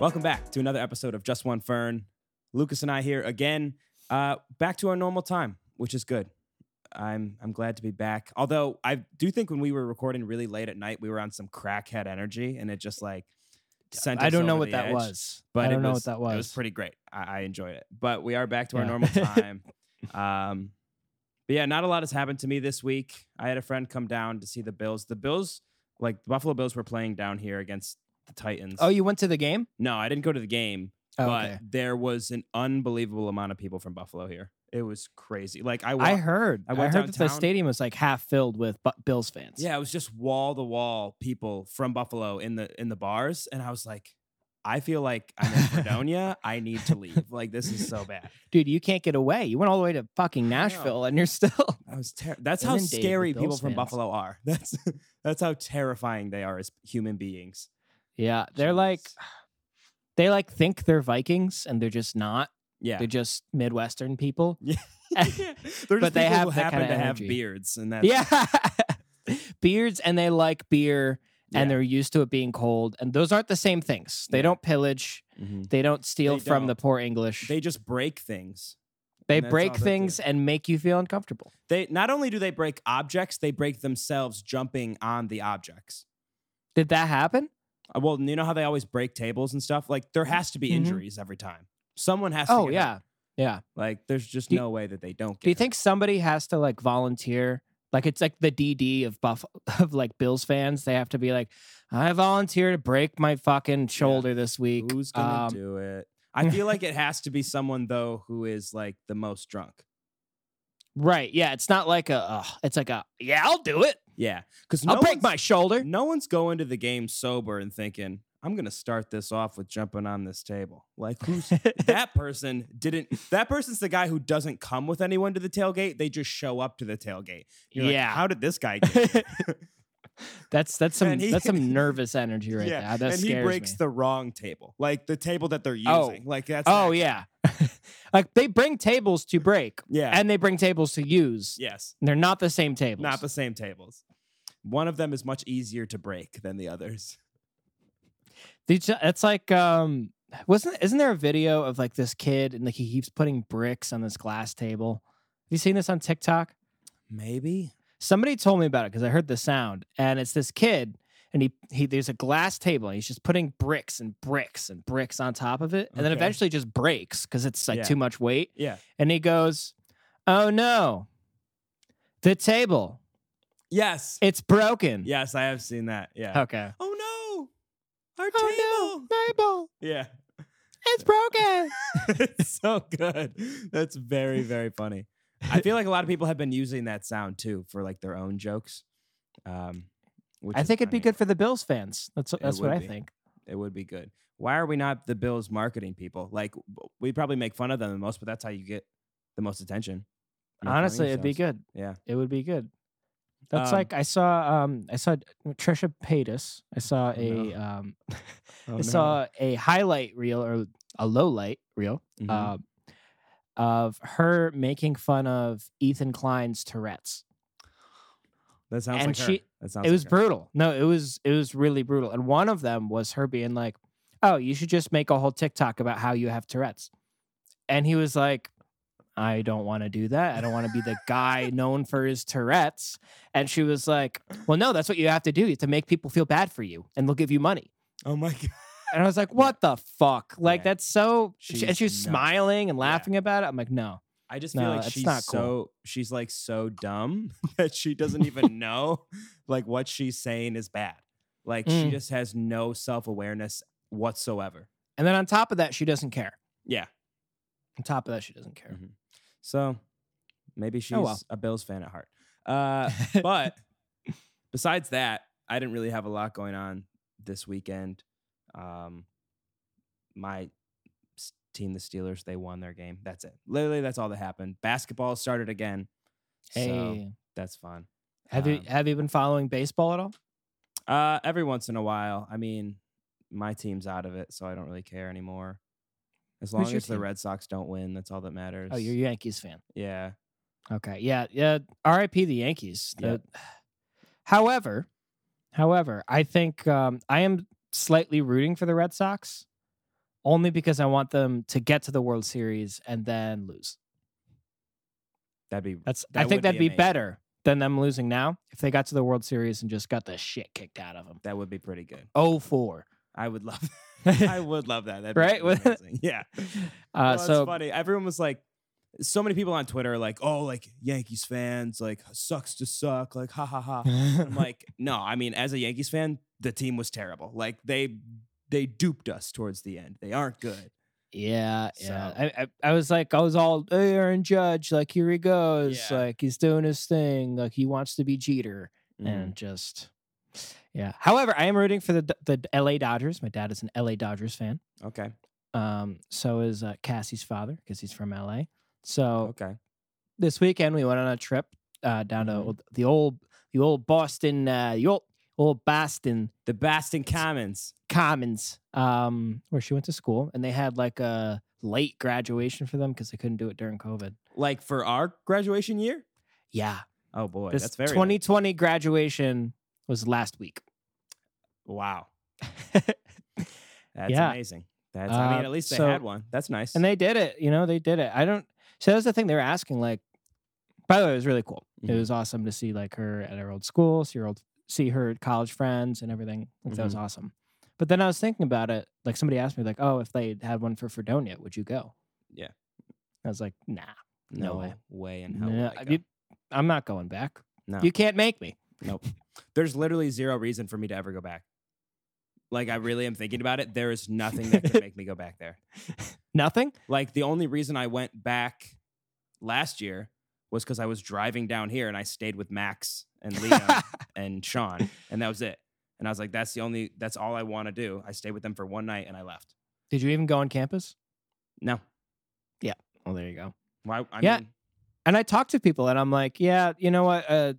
Welcome back to another episode of Just One Fern. Lucas and I here again, uh, back to our normal time, which is good. I'm I'm glad to be back. Although I do think when we were recording really late at night, we were on some crackhead energy, and it just like sent. I us don't know over what the that edge, was. but I don't it know was- what that was. It was pretty great. I, I enjoyed it. But we are back to our Yeah. normal time. um, but yeah, not a lot has happened to me this week. I had a friend come down to see the Bills. The Bills, like the Buffalo Bills, were playing down here against the Titans. oh, you went to the game? no, I didn't go to the game Oh, but okay. there was an unbelievable amount of people from Buffalo here. It was crazy. Like I, wa- I heard. I I, went heard that the downtown. stadium was like half filled with Bu- Bills fans. yeah, it was just wall to wall people from Buffalo in the in the bars, and I was like, I feel like I'm in Fredonia. I need to leave. Like this is so bad. dude, you can't get away. You went all the way to fucking know. Nashville, and you're still. I was ter- That's how Inundated with scary people Bills from fans. Buffalo are. That's that's how terrifying they are as human beings. yeah, they're like Jeez. they like think they're Vikings, and they're just not. yeah. They're just Midwestern people. Yeah. They're just but they people have who that happen kinda to have energy. beards, and that's yeah, beards, and they like beer, and Yeah. they're used to it being cold. And those aren't the same things. They Yeah. don't pillage. Mhm. They don't steal They from the don't. poor English. they just break things. They and that's all break they do. things and make you feel uncomfortable. They not only do they break objects, they break themselves jumping on the objects. Did that happen? Uh, Well, you know how they always break tables and stuff. Like there has to be Mhm. injuries every time. Someone has. to Oh get yeah. hurt. Yeah. Like there's just Do you- no way that they don't. Get Do you hurt. think somebody has to like volunteer? Like it's like the DD of Buff of like Bills fans. They have to be like, I volunteer to break my fucking shoulder this week. who's gonna Um, do it? I feel like it has to be someone though who is like the most drunk. Right. Yeah. It's not like a uh, it's like a yeah, I'll do it. Yeah, because I'll break my shoulder. No one's going to the game sober and thinking I'm gonna start this off with jumping on this table. Like who's that person didn't that person's the guy who doesn't come with anyone to the tailgate they just show up to the tailgate You're like, Yeah. how did this guy get here? that's that's some And he- that's some nervous energy right yeah there. That and scares he breaks me. the wrong table like the table that they're using Oh. like that's oh not- yeah. like they bring tables to break yeah and they bring tables to use. yes They're not the same tables. not the same tables one of them is much easier to break than the others Did you, it's like um wasn't isn't there a video of like this kid and like he keeps putting bricks on this glass table? Have you seen this on TikTok? maybe Somebody told me about it because I heard the sound and it's this kid and he he there's a glass table and he's just putting bricks and bricks and bricks on top of it and then Okay. eventually just breaks because it's like Yeah. too much weight yeah and he goes, "Oh no. The table. yes It's broken." yes I have seen that yeah Okay. oh no our Oh table no. Table. yeah It's broken. it's so good. That's very, very funny. I feel like a lot of people have been using that sound too for like their own jokes. Um, which I is think it'd be funny. good for the Bills fans. That's that's would what I be. think. It would be good. Why are we not the Bills marketing people? Like b- we probably make fun of them the most, but that's how you get the most attention. Make fun of Honestly, it'd be yourselves. good. Yeah. It would be good. That's Um, like I saw um I saw Trisha Paytas. I saw Oh, a no. um Oh, I no. saw a highlight reel or a low light reel Mhm. uh, of her making fun of Ethan Klein's Tourette's. that sounds and like her. she- That sounds it was like her. brutal. No, it was it was really brutal. And one of them was her being like, "Oh, you should just make a whole TikTok about how you have Tourette's," and he was like, "I don't want to do that. I don't want to be the guy known for his Tourette's." And she was like, "Well, no, that's what you have to do. You have to make people feel bad for you, and they'll give you money." Oh my god. And I was like, "What the fuck? Like Yeah. that's so." She, and She's she was nuts. smiling and Yeah. laughing about it. I'm like, "No, I just feel No, like that's she's not so cool. she's like so dumb that she doesn't even know like what she's saying is bad. Like she Mm. just has no self awareness whatsoever. And then on top of that, she doesn't care. Yeah. On top of that, she doesn't care. Mm-hmm. So maybe she's Oh, well. a Bills fan at heart. Uh, but besides that, I didn't really have a lot going on this weekend. Um, my s- team, the Steelers, they won their game. That's it. Literally, that's all that happened. Basketball started again. hey, So that's fun. have you um, have you been following baseball at all? Uh, every once in a while. I mean, my team's out of it, so I don't really care anymore. As long your as the team? Red Sox don't win, that's all that matters. Oh, you're a Yankees fan. yeah, Okay. Yeah. Yeah. R.I.P. the Yankees. Yeah. The- however, however, I think um, I am slightly rooting for the Red Sox only because I want them to get to the World Series and then lose. That'd be That's That I think would that'd be be, amazing. better than them losing now if they got to the World Series and just got the shit kicked out of them. that would be pretty good. Oh four, I would love. I would love that. That'd Right? be amazing. Yeah. Uh, Well, so it's funny. Everyone was like, so many people on Twitter are like, oh, like Yankees fans, like sucks to suck, like ha ha ha. I'm like, no, I mean, as a Yankees fan, the team was terrible. Like they they duped us towards the end. They aren't good. yeah, yeah. So- I, I I was like I was all "Hey, Aaron Judge, like here he goes, Yeah. like he's doing his thing, like he wants to be Jeter. Mm-hmm. and just yeah. However, I am rooting for the the LA Dodgers. My dad is an LA Dodgers fan. Okay. Um, so is uh, Cassie's father because he's from LA. So Okay. this weekend we went on a trip uh, down to Mhm. old, the old the old Boston uh, the old old Boston The Baston Commons. Commons um, where she went to school, and they had like a late graduation for them because they couldn't do it during COVID. Like for our graduation year? Yeah, Oh boy. this that's very late. 2020 graduation was last week. Wow. That's Yeah. amazing. That's I mean, Uh, at least they so- had one. That's nice. And they did it. You know, they did it. I don't. So that's the thing they were asking. Like, by the way, it was really cool. It Mhm. was awesome to see like her at her old school, see her old, see her college friends and everything. Like, That was Mm-hmm. awesome. But then I was thinking about it. Like somebody asked me, like, "Oh, if they had one for Fredonia, would you go?" Yeah. I was like, "Nah, no no way. way. in hell. nah, would I go. you, I'm not going back. um, No. You can't make me." Nope. There's literally zero reason for me to ever go back. Like I really am thinking about it. There is nothing that could make me go back there. Nothing. Like the only reason I went back last year was because I was driving down here and I stayed with Max and Liam and Sean, and that was it. And I was like, that's the only that's all I want to do. I stayed with them for one night and I left. Did you even go on campus? No. Oh, there you go. Why I Yeah. mean and I talk to people and I'm like, yeah, you know what? Uh,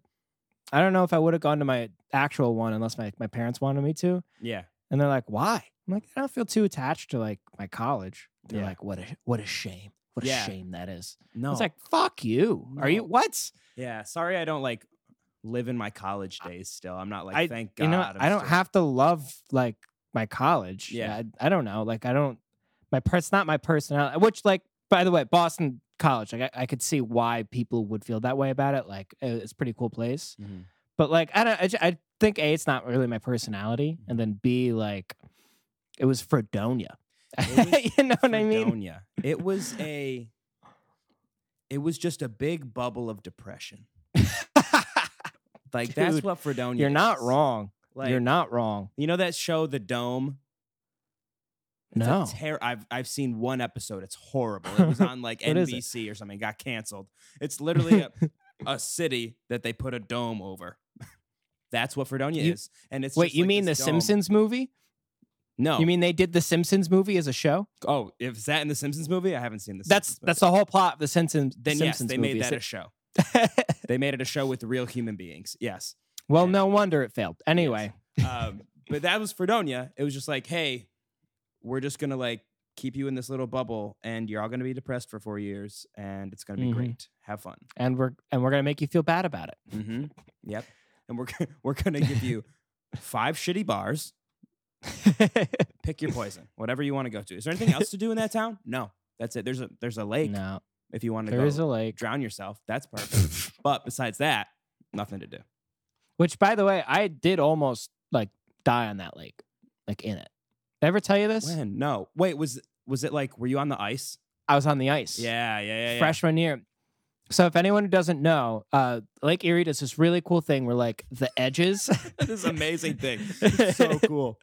I don't know if I would have gone to my actual one unless my, my parents wanted me to. yeah. And they're like, why? I'm like, I don't feel too attached to like my college. They're Yeah. like, what a what a shame. What a Yeah. shame that is. No. It's like, fuck you. Are you No. what? yeah. Sorry I don't like live in my college days still. I'm not like I- thank God. you know, I'm I don't still- have to love like my college. Yeah. I, I don't know. Like I don't my per- it's not my personality which like by the way, Boston College, like I, I could see why people would feel that way about it. Like uh, it's a pretty cool place. Mhm. but like I don't, I, ju- I think a it's not really my personality, Mm-hmm. and then b like it was Fredonia. It was you know what I mean? Fredonia. It was a it was just a big bubble of depression. Like that's Dude, what Fredonia You're not is. wrong. Like You're not wrong. you know that show The Dome? It's a No. ter- I've I've seen one episode. It's horrible. It was on like What is it? NBC or something. Got canceled. It's literally a, a city that they put a dome over. That's what Fredonia You- is. And it's Wait, just you like mean the this dome. Oh. Simpsons movie? No. You mean they did the Simpsons movie as a show? oh, if is that in the Simpsons movie? I haven't seen the That's Simpsons movie. that's the whole plot of the Simpsons. then yes, Simpsons they movie. made is that a it- show. They made it a show with real human beings. Yes. well, no wonder it failed. Anyway, Um, but that was Fredonia. It was just like, hey, we're just gonna like keep you in this little bubble, and you're all gonna be depressed for four years, and it's gonna be Mhm. great. Have fun. and we're and we're gonna make you feel bad about it. Mm-hmm. Yep. And we're g- we're gonna give you five shitty bars. Pick your poison, whatever you want to go to. Is there anything else to do in that town? No, that's it. There's a there's a lake no, if you want to there go is a lake. drown yourself. That's perfect. but besides that, nothing to do. Which, by the way, I did almost like die on that lake, like in it. Did I ever tell you this? When? No. Wait. Was was it like? Were you on the ice? I was on the ice. Yeah. Yeah. Yeah. yeah. Freshman year. So, if anyone who doesn't know, uh, Lake Erie does this really cool thing where, like, the edges, this is amazing thing. It's so cool.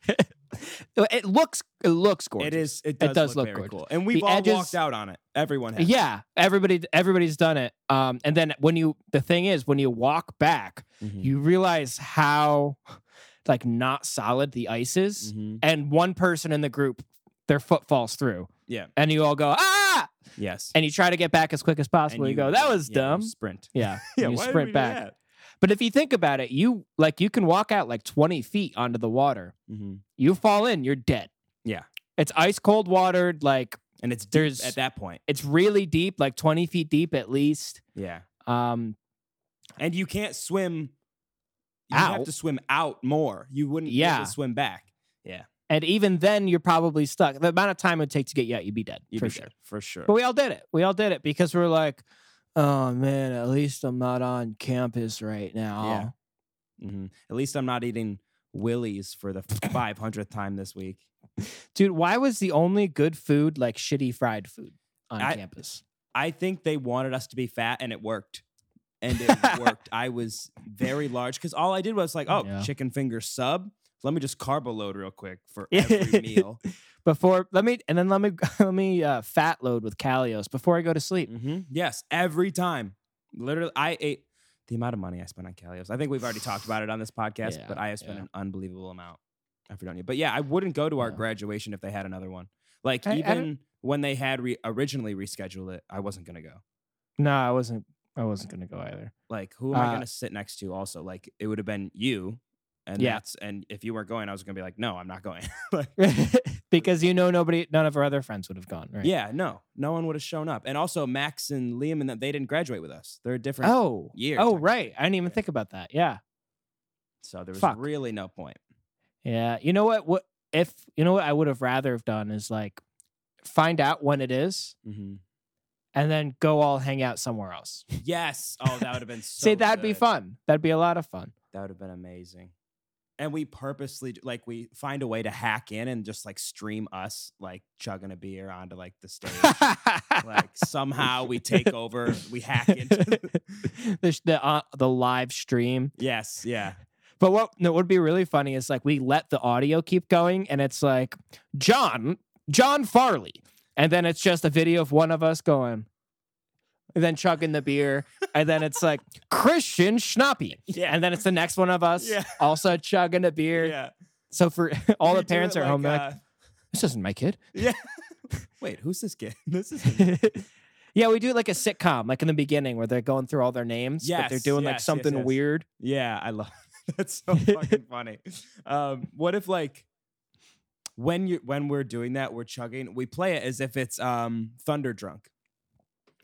it looks, it looks gorgeous. It is. It does, does look, look very gorgeous. cool. And we've The all edges- walked out on it. Everyone has. Yeah, everybody, everybody's done it. Um, and then when you, the thing is, when you walk back, Mhm. you realize how, like, not solid the ice is. Mhm. and one person in the group their foot falls through. Yeah. And you all go, ah! Yes. And you try to get back as quick as possible. And you, go, that was yeah, you dumb. Sprint. Yeah. and you why did we sprint do back. that? But if you think about it, you like you can walk out like 20 feet onto the water. Mhm. You fall in, you're dead. Yeah. It's ice cold watered, like And it's deep There's- at that point. it's really deep, like 20 feet deep at least. Yeah. Um, And you can't swim. You have Out. to swim out more. You wouldn't be able Yeah. to swim back. And even then, you're probably stuck. The amount of time it would take to get you out, you'd be dead You'd for be sure. dead, for sure. But we all did it. We all did it because we are like, oh man, at least I'm not on campus right now. hmm At least I'm not eating Willie's for the 500th time this week. Dude, why was the only good food like shitty fried food on I- campus? I think they wanted us to be fat and it worked. And it worked. I was very large because all I did was like, oh, Yeah. chicken finger sub. Let me just carb load real quick for every meal. Before let me and then let me let me uh, fat load with Calios before I go to sleep. hmm Yes, every time. Literally, I ate the amount of money I spent on Calios. I think we've already talked about it on this podcast, Yeah, but I have spent yeah. an unbelievable amount. I forgot you, but yeah, I wouldn't go to our Yeah. graduation if they had another one. Like I- I don't- even when they had re- originally rescheduled it, I wasn't gonna go. No, I wasn't. I wasn't gonna go either. Like who am I Uh, gonna sit next to? Also, like it would have been you, and Yeah. that's and if you weren't going, I was gonna be like, no, I'm not going. like, because you know nobody, none of our other friends would have gone, right? yeah, no, no one would have shown up. And also Max and Liam and that they didn't graduate with us. They're a different. Oh. year Oh, technically, right. I didn't even yeah. think about that. Yeah. So there was fuck. really no point. Yeah. You know what? What if you know what I would have rather have done is like find out when it is Mm-hmm. and then go all hang out somewhere else. Yes. Oh, that would have been so See, that'd be good. fun. That'd be a lot of fun. That would have been amazing. And we purposely like we find a way to hack in and just like stream us like chugging a beer onto like the stage. like somehow we take over, we hack into the- the sh- the, uh, the live stream. Yes, yeah. But what no, what would be really funny is like we let the audio keep going and it's like John, John Farley. And then it's just a video of one of us going, and then chugging the beer. And then it's like Christian Schnappy. Yeah. And then it's the next one of us Yeah. also chugging a beer. yeah. So for all We the do parents it are home, they're like, uh, this isn't my kid. yeah. Wait, who's this kid? This is yeah, we do like a sitcom, like in the beginning where they're going through all their names, but they're Yes, doing yes, like yes, something yes. weird. Yeah, I love that's so fucking funny. Um, what if like when you when we're doing that, we're chugging, we play it as if it's um Thunder Drunk.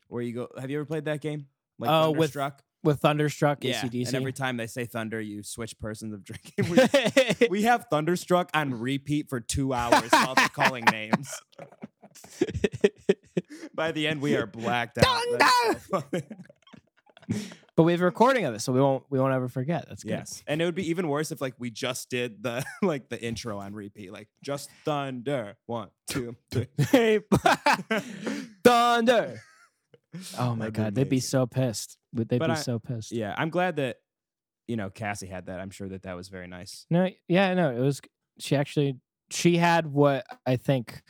Where you go have you ever played that game? Like Oh, with Thunderstruck? With Thunderstruck, yeah. ACDC. And every time they say thunder, you switch persons of drinking. We, we have Thunderstruck on repeat for two hours while they're calling names. By the end, we are blacked out. That's so funny. But we have a recording of this, so we won't we won't ever forget. That's good. Yes. And it would be even worse if like we just did the like the intro on repeat, like just thunder. One, two, three. Hey, oh thunder. Oh my That'd god, they'd be amazing. so pissed. Would They'd But be I- so pissed. Yeah, I'm glad that you know Cassie had that. I'm sure that that was very nice. No, yeah, no, it was she actually she had what I think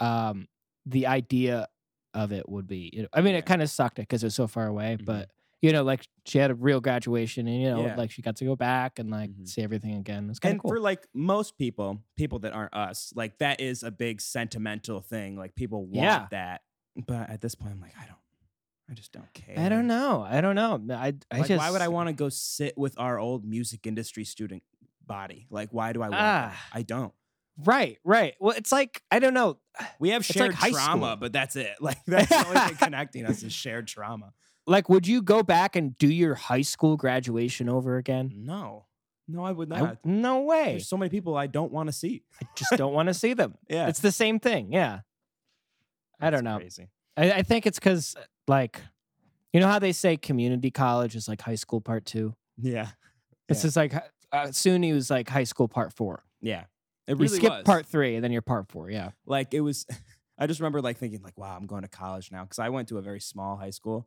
um the idea of it would be. You know, I mean, Yeah. it kind of sucked it because it was so far away, Mhm. but you know, like she had a real graduation, and you know, Yeah. like she got to go back and like Mhm. see everything again. It's kind And of cool. for like most people, people that aren't us, like that is a big sentimental thing. Like people want Yeah. that. But at this point, I'm like, I don't, I just don't care. I don't know. I don't know. I, I Like, just why would I want to go sit with our old music industry student body? Like, why do I want? that? Ah. I don't. Right, right. Well, it's like I don't know. We have It's like shared high trauma, school. but that's it. Like that's the only thing connecting us is shared trauma. Like, would you go back and do your high school graduation over again? No, no, I would I- not. no way. There's so many people I don't want to see. I just don't want to see them. Yeah, It's the same thing. Yeah. I That's don't know. Crazy. I, I think it's because, like, you know how they say community college is like high school part two? Yeah, It's Yeah. just like hi- uh, SUNY was like high school part four. yeah. It really you skip was. part three and then you're part four. Yeah. Like it was. I just remember like thinking like, wow, I'm going to college now because I went to a very small high school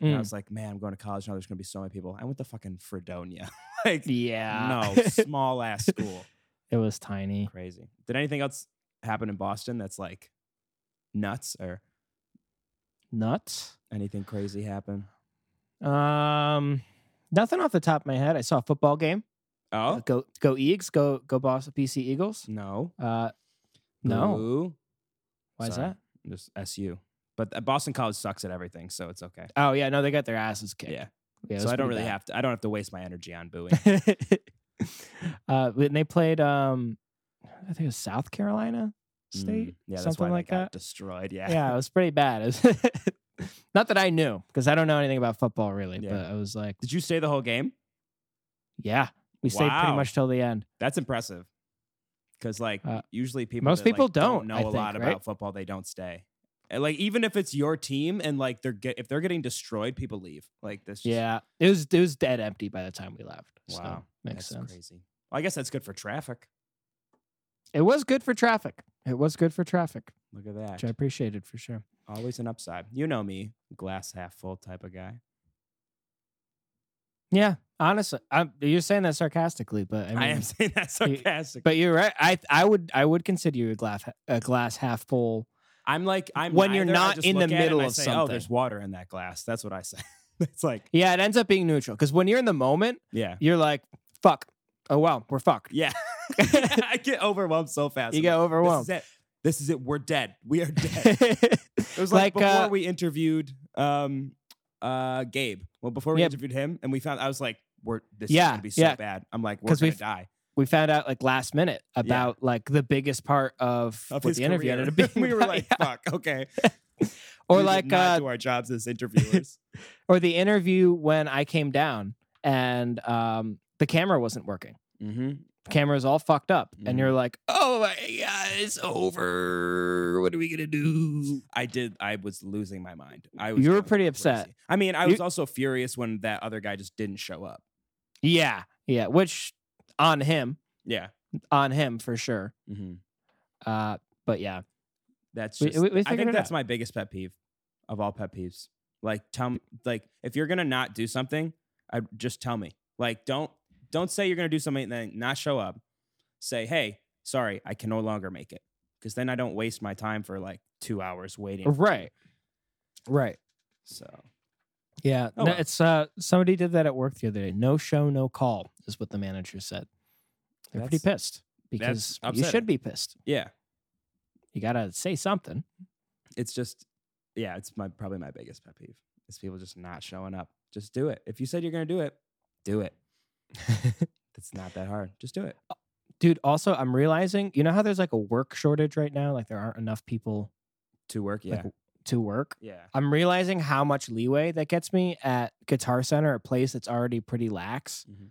and I Mm. was like, man, I'm going to college now. There's gonna be so many people. I went to fucking Fredonia. like, Yeah. no, small ass school. it was tiny. Crazy. Did anything else happen in Boston that's like nuts or Nuts. anything crazy happen? Um, nothing off the top of my head. I saw a football game. Uh, Oh go, go Eagles. Go, go Boston BC Eagles. no, Uh, no. Boo. Why is Sorry. that? Just SU. But th- Boston College sucks at everything, so it's okay. Oh, yeah. No, they got their asses kicked. Yeah. yeah it so was I don't pretty really bad. have to. I don't have to waste my energy on booing. Mm, uh, when they played, um, I think it was South Carolina State. Mm, yeah, that's something why like they got that. destroyed. Yeah. Yeah. it was pretty bad. It was not that I knew because I don't know anything about football really, Yeah. but I was like, Did you stay the whole game? yeah, we stayed pretty Wow. much till the end. That's impressive. because like Uh, usually people most that, like, people don't, know I a think, lot right? about football. They don't stay. And, like even if it's your team and like they're get if they're getting destroyed, people leave. Like this. Just, Yeah, it was it was dead empty by the time we left. so Wow, makes that's sense. crazy. Well, I guess that's good for traffic. It was good for traffic. It was good for traffic, Look at that. which I appreciated for sure. Always an upside. You know me, glass half full type of guy. Yeah, honestly, I'm, you're saying that sarcastically, but I, I, mean, am saying that you- sarcastic. But you're right. I I would I would consider you a glass a glass half full. I'm like I'm when you're neither, I not just in the look at it middle and I of say, Oh, something." there's water in that glass. That's what I say. it's like Yeah, it ends up being neutral because when you're in the moment, yeah, you're like, "Fuck, oh wow, we're fucked." yeah. I get overwhelmed so fast. You I'm get like, overwhelmed. This is it. This is it. We're dead. We are dead. yeah, It was like, Like, before uh, we interviewed um uh Gabe. Well, before we Yeah. interviewed him, and we found I was like, we're this is Yeah, gonna be so yeah. bad. I'm like, we're 'Cause gonna we've- die. we found out like last minute about like the biggest part of, Of what his the interview career. ended up being. we were about, like, yeah. fuck, okay. We or did like not uh, do our jobs as interviewers. or the interview when I came down and um the camera wasn't working. mm-hmm. The camera's all fucked up, Mhm. and you're like, "Oh my god, it's over. What are we gonna do?" I did. I was losing my mind. I was. You were going pretty upset. crazy. I mean, I You- was also furious when that other guy just didn't show up. Yeah, yeah. Which on him, Yeah, on him for sure. hmm Uh, but yeah, that's We- just. we- we I figured think it that's my out. biggest pet peeve of all pet peeves. Like, tell me, like if you're gonna not do something, I just tell me. Like, don't don't say you're gonna do something and then not show up. Say, hey, sorry, I can no longer make it. Because then I don't waste my time for like two hours waiting. right, right. So Yeah, Oh, no, well. it's uh somebody did that at work the other day. No show, no call is what the manager said. They're pretty pissed because you upsetting. should be pissed. yeah, You gotta say something. it's just yeah, it's my probably my biggest pet peeve is people just not showing up. Just do it. If you said you're gonna do it, do it. it's not that hard. Just do it. Dude, also I'm realizing, you know how there's like a work shortage right now? Like there aren't enough people To work, yeah. Like, to work. yeah. I'm realizing how much leeway that gets me at Guitar Center, a place that's already pretty lax. Mhm.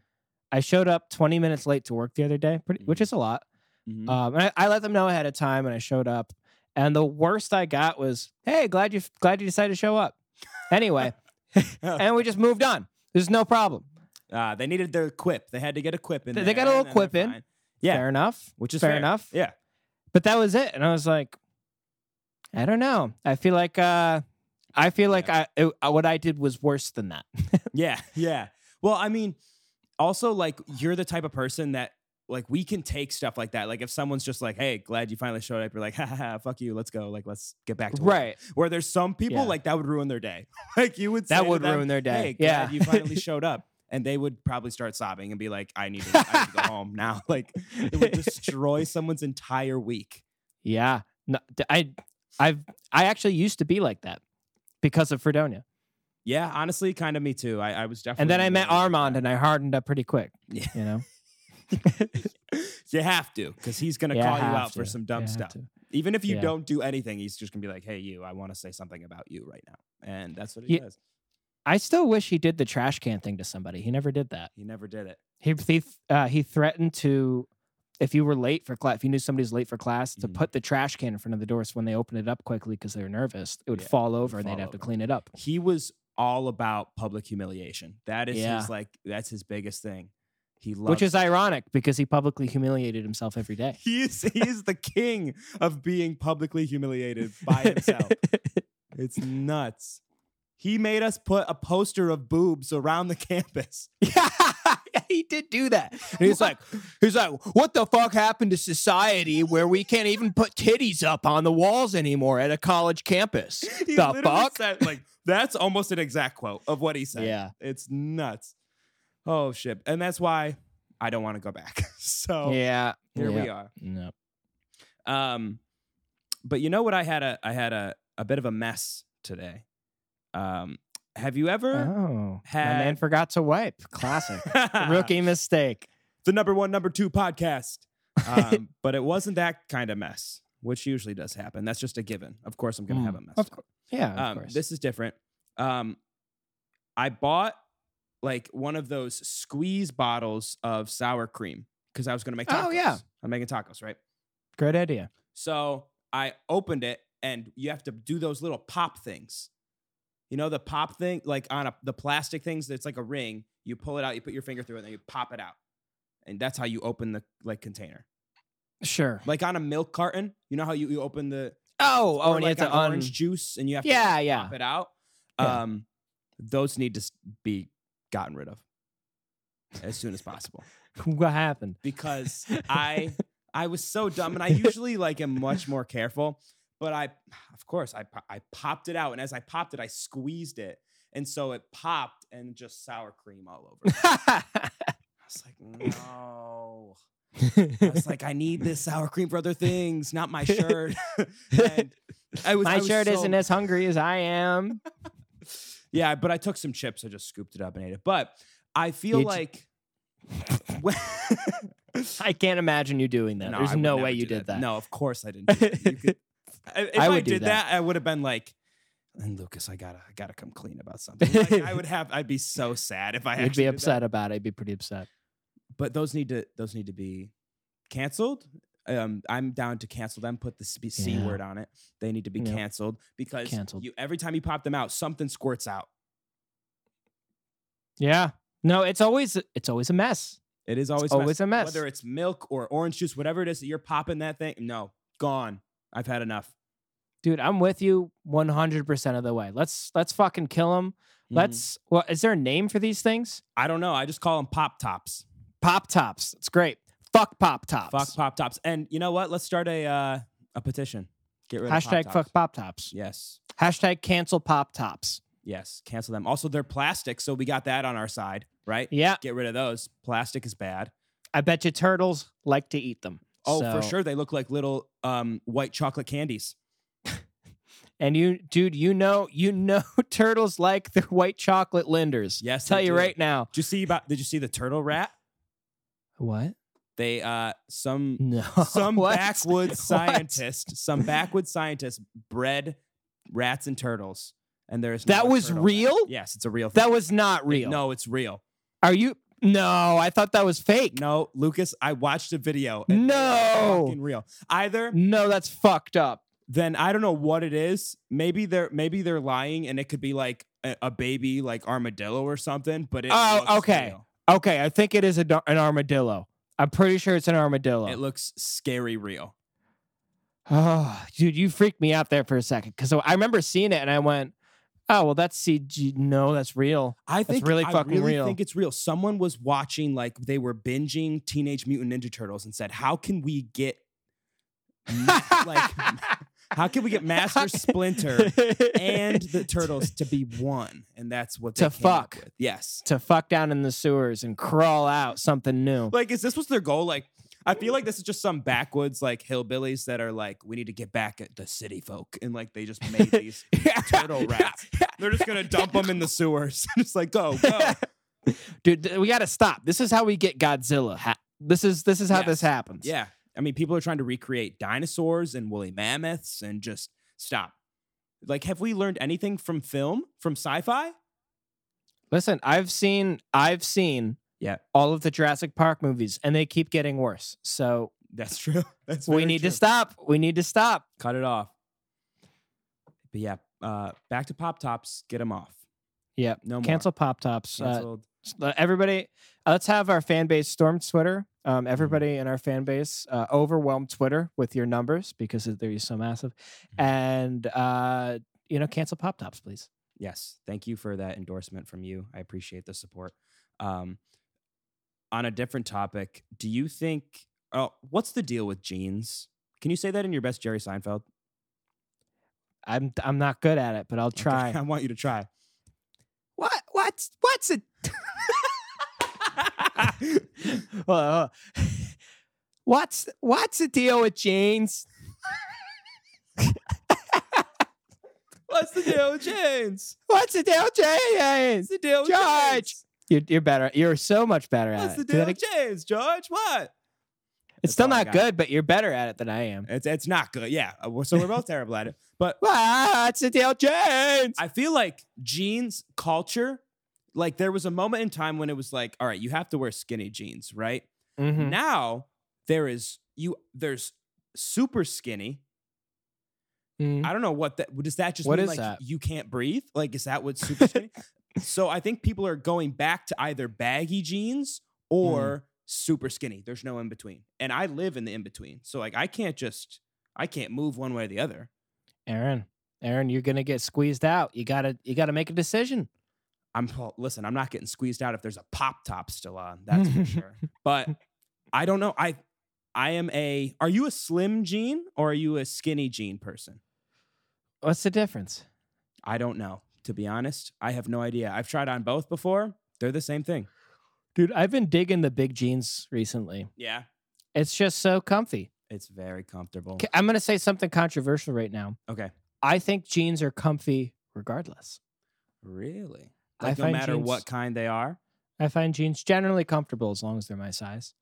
I showed up 20 minutes late to work the other day, pretty, which Mhm. is a lot. Mhm. Um, and I, I let them know ahead of time, and I showed up. And the worst I got was, "Hey, glad you glad you decided to show up." Anyway, Mm-hmm. and we just moved on. There's no problem. Uh, they needed their quip. They had to get a quip in They- there. they got a little and then they're quip in. fine. Yeah. fair enough. Which is fair, fair. enough. Yeah. But that was it, and I was like, I don't know. I feel like uh, I feel like I it, uh, what I did was worse than that. Yeah. Yeah. Well, I mean, also, like, you're the type of person that, like, we can take stuff like that. Like, if someone's just like, hey, glad you finally showed up, you're like, ha ha, ha fuck you. Let's go. Like, let's get back to work. right. Where there's some people, Yeah. like, that would ruin their day. like, you would say That to would them, ruin their Hey, day. glad yeah. you finally showed up. And they would probably start sobbing and be like, I need to, I need to go home now. Like, it would destroy someone's entire week. Yeah. No, th- I I've I actually used to be like that because of Fredonia. Yeah, honestly, kind of me too. I, I was definitely. And then I met more like Armand that. and I hardened up pretty quick. Yeah. You know? you have to, because he's gonna Yeah, call you have out for to. some dumb Yeah, have stuff. to. Even if you Yeah. don't do anything, he's just gonna be like, "Hey, you, I want to say something about you right now," and that's what he Ye- does. I still wish he did the trash can thing to somebody. He never did that. He never did it. He he, uh, he threatened to if you were late for class, if you knew somebody's late for class, to Mhm. put the trash can in front of the doors when they opened it up quickly because they were nervous, it would Yeah, fall over would and fall they'd have to over. clean it up. He was all about public humiliation. That is Yeah. his like. That's his biggest thing. He loves Which is it. ironic because he publicly humiliated himself every day. He's he's the king of being publicly humiliated by himself. it's nuts. He made us put a poster of boobs around the campus. Yeah, he did do that. And he's like, he's like, what the fuck happened to society where we can't even put titties up on the walls anymore at a college campus? He The literally fuck? said, like that's almost an exact quote of what he said. Yeah. It's nuts. Oh shit. And that's why I don't want to go back. so yeah. oh, here yeah. we are. No. Um but you know what I had a I had a, a bit of a mess today. Um have you ever Oh, my man Had- forgot to wipe. Classic. Uh-huh. Rookie mistake. the number one, number two podcast. Um, but it wasn't that kind of mess, which usually does happen. That's just a given. Of course, I'm going to have a Mm, mess. of cour- Yeah, of um, course. this is different. Um, I bought like one of those squeeze bottles of sour cream because I was going to make tacos. Oh, yeah. I'm making tacos, right? Great idea. So I opened it, and you have to do those little pop things. You know the pop thing, like on a, the plastic things that's like a ring. You pull it out, you put your finger through it, and then you pop it out, and that's how you open the like container, Sure. like on a milk carton. You know how you, you open the Oh, oh, or and like you have on to un- orange juice, and you have Yeah, to pop yeah. it out. Ah. Yeah. Um, those need to s- be gotten rid of as soon as possible What happened? because I I was so dumb, and I usually like am much more careful. But I, of course, I po- I popped it out, and as I popped it, I squeezed it, and so it popped, and just sour cream all over. it. I was like, no. I was like, I need this sour cream for other things, not my shirt. and I was I My was shirt so- isn't as hungry as I am. Yeah, but I took some chips. I just scooped it up and ate it. But I feel Did you- like. when- I can't imagine you doing that. I There's would no never way you do did that. No, of course I didn't. Do that. You could- I- if I, I would do did that, that. I would have been like, "And Lucas, I gotta, I gotta come clean about something." Like, I would have. I'd be so sad if I. You'd actually be did that. upset about it. I'd be pretty upset. But those need to. Those need to be canceled. Um, I'm down to cancel them. Put the sp- c Yeah. word on it. They need to be Yeah. canceled because Canceled. you every time you pop them out, something squirts out. Yeah. No, it's always it's always a mess. It is always always a mess. Whether it's milk or orange juice, whatever it is that you're popping that thing, no, gone. I've had enough. Dude, I'm with you 100% of the way. Let's let's fucking kill them. Mhm. Let's well, is there a name for these things? Mm-hmm. I don't know. I just call them pop tops. Pop tops. It's great. Fuck pop tops. Fuck pop tops. And you know what? Let's start a uh, a petition. Get rid Hashtag of pop fuck pop tops. Yes. Hashtag cancel pop tops. Yes. Cancel them. Also, they're plastic, so we got that on our side, right? Yeah. Get rid of those. Plastic is bad. I bet you turtles like to eat them. Oh, for So- sure. They look like little um, white chocolate candies. And you, dude, you know, you know, turtles like their white chocolate linders. Yes, tell they you do. right now. Did you see about? Did you see the turtle rat? What? They uh, some No. some What? backwoods What? scientist, some backwoods scientist bred rats and turtles, and there is now a That was turtle rat. real? Yes, it's a real. That was not real. No, it's real. Are you? No, I thought that was fake. No, Lucas, I watched a video. and they are No. fucking real. Either No, that's fucked up. then I don't know what it is. Maybe they're maybe they're lying, and it could be like a, a baby like armadillo or something. But it Oh, looks okay. real. Okay, I think it is a, do- an armadillo. I'm pretty sure it's an armadillo. It looks scary real. Oh, dude, you freaked me out there for a second because I remember seeing it and I went, "Oh, well, that's CG. No, that's real." I That's think really I fucking really real. think it's real. Someone was watching like they were binging Teenage Mutant Ninja Turtles and said, "How can we get like how can we get Master Splinter and the turtles to be one?" And that's what they To came up fuck. with. Yes. to fuck down in the sewers and crawl out something new. Like, is this what's their goal? Like, I feel like this is just some backwoods like hillbillies that are like, we need to get back at the city folk, and like they just made these turtle rats. They're just gonna dump them in the sewers. just like, go, go. Dude, th- we got to stop. This is how we get Godzilla. Ha- this is this is how Yes. this happens. Yeah, I mean, people are trying to recreate dinosaurs and woolly mammoths, and just stop. Like, have we learned anything from film, from sci-fi? Listen, I've seen I've seen Yeah. all of the Jurassic Park movies and they keep getting worse. So That's true. That's we very need true. to stop. We need to stop. Cut it off. But yeah, uh, back to pop tops. Get them off. Yep. No more. Cancel pop tops. Uh, Canceled. S- uh, everybody uh, let's have our fan base storm twitter um, everybody in our fan base uh, overwhelm twitter with your numbers because they're so massive and uh, you know cancel pop tops please yes thank you for that endorsement from you i appreciate the support um on a different topic do you think oh what's the deal with jeans can you say that in your best jerry seinfeld i'm i'm not good at it but i'll Okay, try i want you to try what what's what's it Well, uh, what's what's the deal with jeans what's the deal with jeans what's the deal with jeans the deal with George! jeans? you're, you're better you're so much better at it Do that ag- jeans george what it's That's still all I not got. good but you're better at it than i am it's, it's not good yeah uh, we're- so we're both terrible at it but What's the deal, James? I feel like jeans culture, like there was a moment in time when it was like, all right, you have to wear skinny jeans, right? Mhm. Now there is you there's super skinny. Mhm. I don't know what that does that just What mean is like that? you can't breathe? Like is that what super skinny? so I think people are going back to either baggy jeans Mm. or super skinny. There's no in between. And I live in the in between. So like I can't just I can't move one way or the other. Aaron, Aaron, you're gonna get squeezed out. You gotta you gotta make a decision. I'm well, listen, I'm not getting squeezed out if there's a pop top still on. That's for sure. But I don't know. I I am a are you a slim jean or are you a skinny jean person? What's the difference? I don't know. To be honest, I have no idea. I've tried on both before. They're the same thing. Dude, I've been digging the big jeans recently. Yeah. It's just so comfy. It's very comfortable. K- I'm gonna say something controversial right now. Okay. I think jeans are comfy regardless. Really? I Like no find matter jeans- what kind they are. I find jeans generally comfortable as long as they're my size.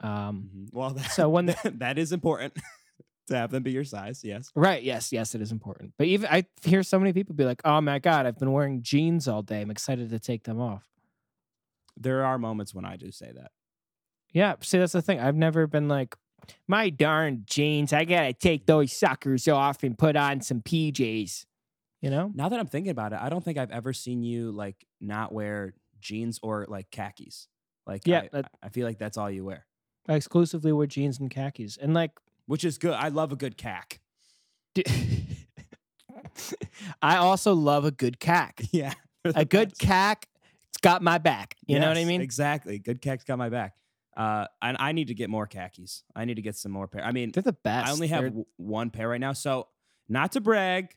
Um, Mm-hmm. Well, that, so when the, that is important to have them be your size. Yes. right, yes, yes, it is important. But even I hear so many people be like, "Oh my god, I've been wearing jeans all day. I'm excited to take them off." There are moments when I do say that. Yeah, see, that's the thing. I've never been like, "My darn jeans! I gotta take those suckers off and put on some PJs." You know? Now that I'm thinking about it, I don't think I've ever seen you like not wear jeans or like khakis. Like, Yeah, I, that- I feel like that's all you wear, I exclusively wear jeans and khakis, and like which is good. I love a good cack. D- I also love a good cack. Yeah. A good cack, it's got my back. You know what I Yes, mean? Exactly. Good cack's got my back. Uh, and I need to get more khakis. I need to get some more pair. I mean, They're the best. I only have They're- w- one pair right now. So, not to brag,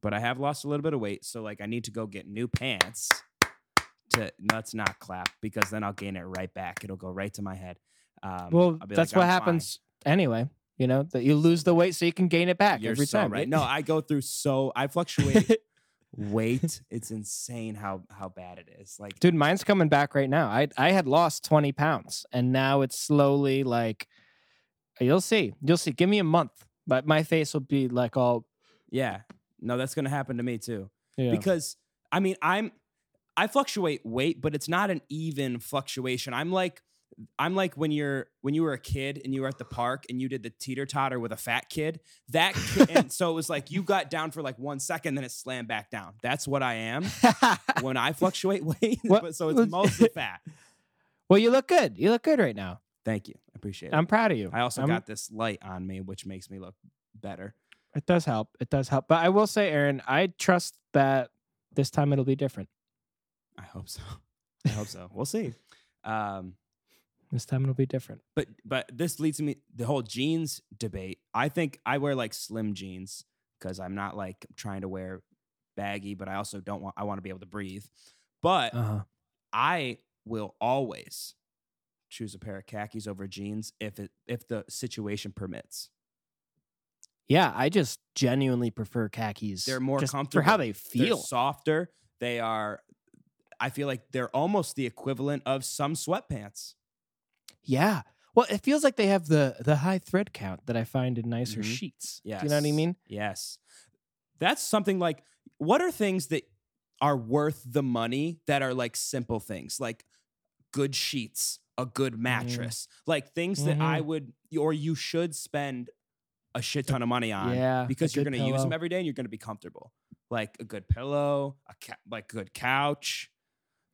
but I have lost a little bit of weight. So, like, I need to go get new pants. To let's not clap because then I'll gain it right back. It'll go right to my head. Um, well, I'll be that's like, what "I'm fine." happens anyway. You know that you lose the weight so you can gain it back You're every so time. right. No, I go through so I fluctuate weight. It's insane how how bad it is. Like, dude, mine's coming back right now. I I had lost twenty pounds, and now it's slowly like you'll see, you'll see. Give me a month, but my face will be like all yeah, no, that's gonna happen to me too. you know, because I mean I'm I fluctuate weight, but it's not an even fluctuation. I'm like I'm like when you're when you were a kid and you were at the park and you did the teeter totter with a fat kid. That kid, and so it was like you got down for like one second, then it slammed back down. That's what I am when I fluctuate weight. What- but so it's mostly fat. well, you look good. You look good right now. Thank you, I appreciate it. I'm proud of you. I also I'm- got this light on me, which makes me look better. It does help. It does help. But I will say, Aaron, I trust that this time it'll be different. I hope so. I hope so. We'll see. Um, This time it'll be different. but but this leads me the whole jeans debate. I think I wear like slim jeans because I'm not like trying to wear baggy, but I also don't want I want to be able to breathe. But Uh-huh. I will always choose a pair of khakis over jeans if it if the situation permits. Yeah, I just genuinely prefer khakis. They're more just comfortable. for how they They're feel. softer. They are. I feel like they're almost the equivalent of some sweatpants. yeah. Well, it feels like they have the the high thread count that I find in nicer Mhm. sheets. Yes. Do you know what I mean? Yes. That's something like what are things that are worth the money that are like simple things, like good sheets, a Mm. good mattress, like things that I Mm-hmm. would or you should spend a shit ton of money on yeah. because a you're good going to use them pillow. every day and you're going to be comfortable. Like a good pillow, a ca- like good couch.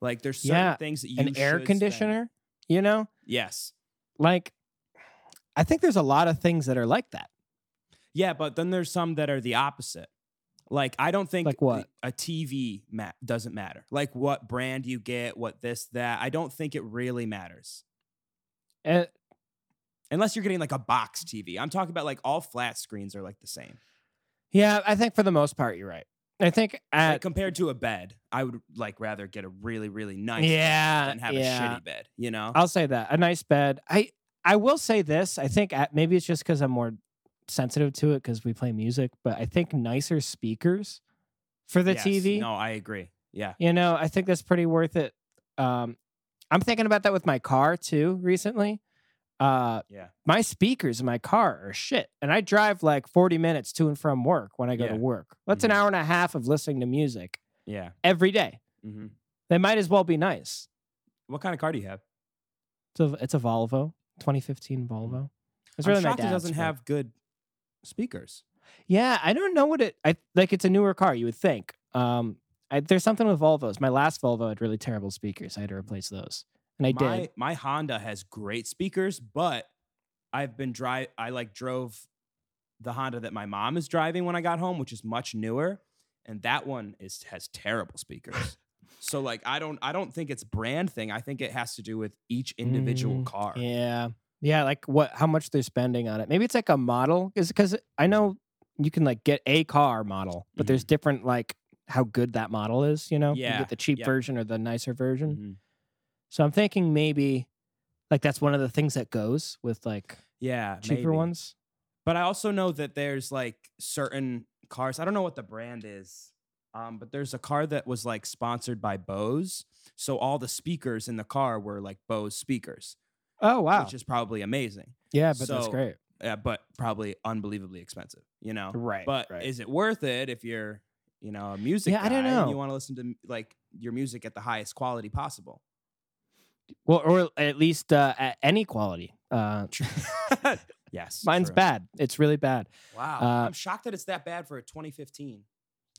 Like there's certain Yeah, things that you an air should spend. conditioner, you know? Yes. Like I think there's a lot of things that are like that. Yeah, but then there's some that are the opposite. Like I don't think Like what? the- a TV ma- doesn't matter. Like what brand you get, what this that. I don't think it really matters And unless you're getting like a box TV. I'm talking about like all flat screens are like the same. yeah, I think for the most part you're right. I think Like, at compared to a bed, I would like rather get a really really nice bed yeah, than have yeah. a shitty bed. You know? I'll say that a nice bed. I I will say this. I think at, maybe it's just because I'm more sensitive to it because we play music, but I think nicer speakers for the Yes. TV. No, I agree. Yeah. You know, I think that's pretty worth it. Um, I'm thinking about that with my car too recently. Uh, Yeah. my speakers in my car are shit, and I drive like 40 minutes to and from work when I go to Yeah. work. That's Mhm. an hour and a half of listening to music Yeah. every day. hmm They might as well be nice. What kind of car do you have? It's a, it's a Volvo, 2015 Volvo. It's really Mm. I'm my shocked it dad's, doesn't but- have good speakers. Yeah, I don't know what it. I like. It's a newer car. You would think. Um, I, there's something with Volvos. My last Volvo had really terrible speakers. I had to replace those, and I my, did. My Honda has great speakers, but I've been drive. I like drove the Honda that my mom is driving when I got home, which is much newer, and that one is has terrible speakers. so like, I don't, I don't think it's brand thing. I think it has to do with each individual Mm, car. Yeah, yeah. Like what? How much they're spending on it? Maybe it's like a model. Is because I know you can like get a car model, but there's different like how good that model is. You know, you Mm-hmm. Yeah, get the cheap yeah. version or the nicer version. Mhm. So I'm thinking maybe like that's one of the things that goes with like Yeah, cheaper maybe. ones. But I also know that there's like certain cars. I don't know what the brand is, um, but there's a car that was like sponsored by Bose. So all the speakers in the car were like Bose speakers, Oh wow. which is probably amazing. yeah, but that's so- great. uh, but probably unbelievably expensive, you know. Right. But right. is it worth it if you're, you know, a music Yeah, I don't guy and know. you want to listen to m- like your music at the highest quality possible? Well, or at least uh, at any quality. Uh, yes. mine's true. bad. It's really bad. Wow. Uh, I'm shocked that it's that bad for a 2015.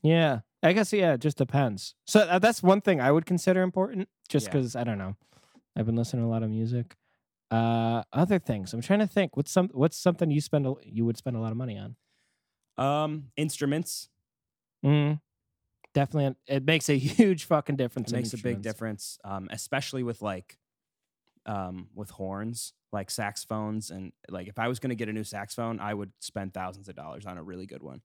Yeah, I guess. Yeah, it just depends. So uh, that's one thing I would consider important, just Yeah. because I don't know. I've been listening to a lot of music. Uh, other things. I'm trying to think. What's some? What's something you spend? A, you would spend a lot of money on. Um, instruments Mm, definitely, it makes a huge fucking difference. it in makes a big instruments. difference, um, especially with like, um, with horns like saxophones and like if I was going to get a new saxophone, I would spend thousands of dollars on a really good one.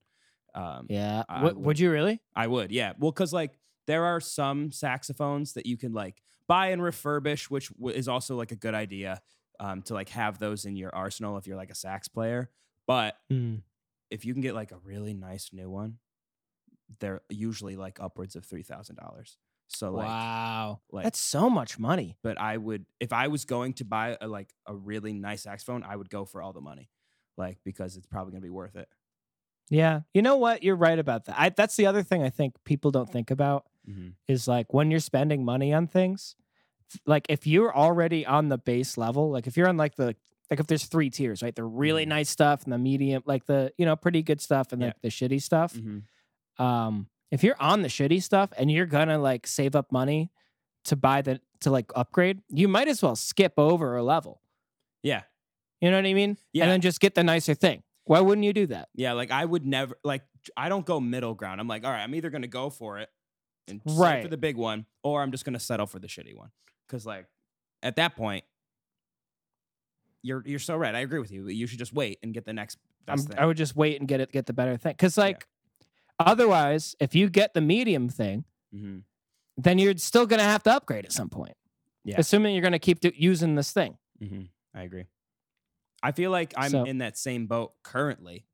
Um, Yeah. I What, would- would you really? I would, yeah. Well, because like there are some saxophones that you can like buy and refurbish, which w- is also like a good idea um, to like have those in your arsenal if you're like a sax player. But Mm. if you can get like a really nice new one, they're usually like upwards of three thousand dollars. So like, wow, like, that's so much money. but I would if I was going to buy a, like a really nice saxophone, I would go for all the money, like because it's probably gonna be worth it. Yeah. You know what? You're right about that. I, that's the other thing I think people don't think about is like when you're spending money on things, th- like if you're already on the base level, like if you're on like the, like if there's three tiers, right? The really Mhm. nice stuff and the medium, like the, you know, pretty good stuff and Yeah. like the shitty stuff. Mhm. Um, if you're on the shitty stuff and you're gonna like save up money to buy the, to like upgrade, you might as well skip over a level. Yeah, You know what I mean? yeah. And then just get the nicer thing. Why wouldn't you do that? Yeah, like I would never like I don't go middle ground. I'm like, all right, I'm either gonna go for it and settle for Right. the big one, or I'm just gonna settle for the shitty one. Cause like at that point, you're you're so right. I agree with you. You should just wait and get the next I'm, best thing. I would just wait and get it, get the better thing. Because Yeah. like, otherwise, if you get the medium thing, Mhm. then you're still gonna have to upgrade at some point. Yeah. Assuming you're gonna keep do- using this thing. Mhm. I agree. I feel like I'm So- in that same boat currently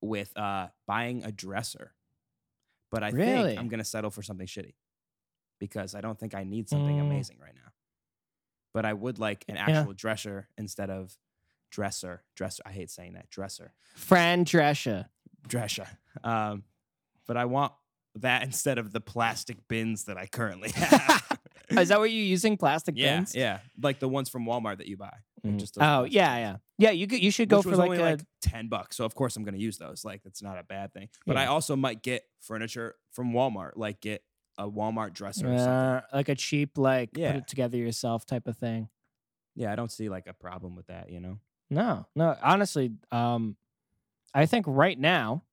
with uh buying a dresser. But I Really? think I'm gonna settle for something shitty because I don't think I need something Mm. amazing right now. But I would like an actual dresser instead of dresser. Dresser. I hate saying that. Dresser. Fran Drescher. Dresser. Um, but I want that instead of the plastic bins that I currently have. Oh, Is that what you're using? Plastic yeah, bins? yeah. Like the ones from Walmart that you buy. They're Mm. just those Oh plastic yeah, bins yeah, yeah. You could, you should go which for was like only a like 10 bucks. So of course I'm going to use those. Like that's not a bad thing. But I Yeah. also might get furniture from Walmart, like get a Walmart dresser or something. uh, like a cheap like Yeah. put it together yourself type of thing. Yeah, I don't see like a problem with that, you know. No, no. Honestly, um, I think right now,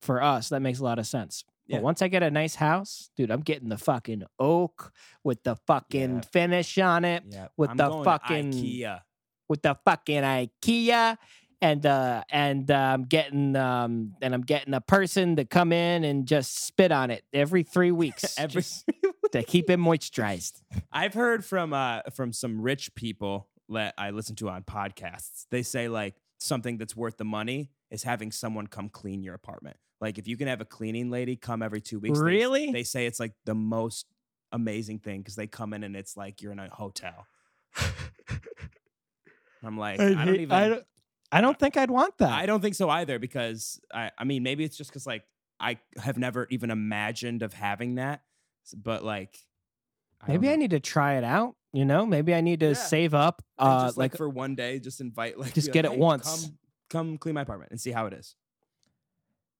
for us, that makes a lot of sense. Yeah. But once I get a nice house, dude, I'm getting the fucking oak with the fucking Yeah. finish on it, Yeah. With I'm the going to fucking- IKEA. with the fucking IKEA, and uh, and uh, I'm getting um, and I'm getting a person to come in and just spit on it every three weeks, Every just to keep it moisturized. I've heard from uh from some rich people that I listen to on podcasts. They say like something that's worth the money is having someone come clean your apartment. Like if you can have a cleaning lady come every 2 weeks. they- Really? They say it's like the most amazing thing because they come in and it's like you're in a hotel. I'm like, I, don't even. I don't, I don't ah. think I'd want that. think so either because I, I mean, maybe it's just because like I have never even imagined of having that, s- but like, I don't Maybe I know. need to try it out. You know, maybe I need to Yeah. save up, And uh, just, like, like, for one day, just invite like Just be like, get it "Hey, once." Come, come clean my apartment and see how it is.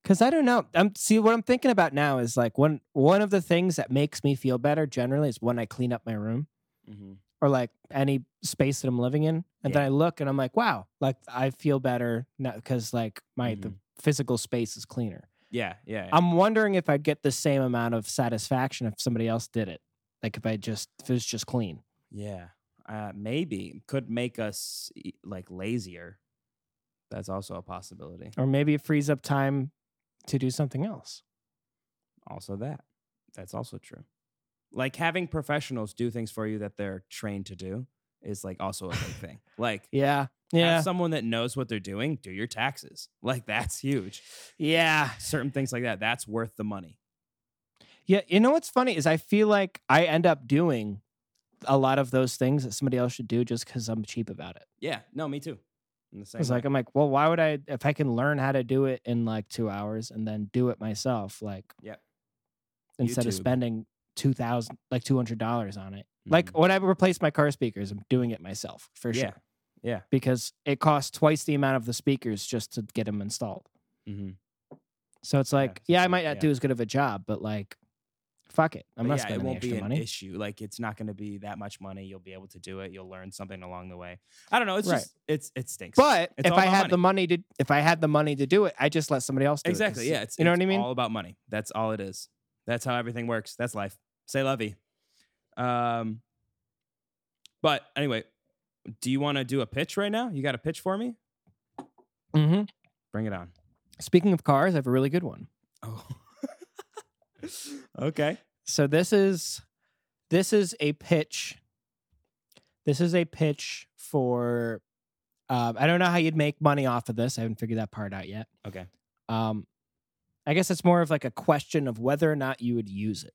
because I don't know. I'm see what I'm thinking about now is like one one of the things that makes me feel better generally is when I clean up my room or like any space that I'm living in, and then Yeah. I look and I'm like, wow, like I feel better now because like my the Mhm. physical space is cleaner. Yeah, yeah. I'm wondering if I'd get the same amount of satisfaction if somebody else did it. Like if I just if it was just clean. Yeah. Uh, maybe could make us e- like lazier. That's also a possibility. Or maybe it frees up time to do something else. Also, that. That's also true. Like having professionals do things for you that they're trained to do is like also a big thing. Like, Yeah. have Yeah. someone that knows what they're doing do your taxes. Like, that's huge. yeah. Certain things like that, that's worth the money. Yeah. You know what's funny is I feel like I end up doing a lot of those things that somebody else should do just because I'm cheap about it. Yeah. No, me too. I'm the same. It's way. like I'm like, well, why would I if I can learn how to do it in like two hours and then do it myself, like Yep. instead YouTube. of spending two thousand like two hundred dollars on it. Like Mhm. when I replace my car speakers, I'm doing it myself for Yeah. sure. Yeah. Because it costs twice the amount of the speakers just to get them installed. Mhm. So it's like, so yeah, it's I like- might not yeah. do as good of a job, but like fuck it. But I'm yeah, not it spending any won't extra be an money. issue. Like it's not going to be that much money. You'll be able to do it. You'll learn something along the way. I don't know. It's Right. just it's it stinks. But It's if all I about had the money to if I had the money to do it, I just let somebody else do exactly, it. 'cause yeah, it's you know it's what I mean? All about money. That's all it is. That's how everything works. That's life. Say lovey. Um. But anyway, do you want to do a pitch right now? You got a pitch for me? Mhm. Bring it on. Speaking of cars, I have a really good one. Oh. okay. So this is this is a pitch. This is a pitch for um, I don't know how you'd make money off of this. I haven't figured that part out yet. Okay. Um, I guess it's more of like a question of whether or not you would use it.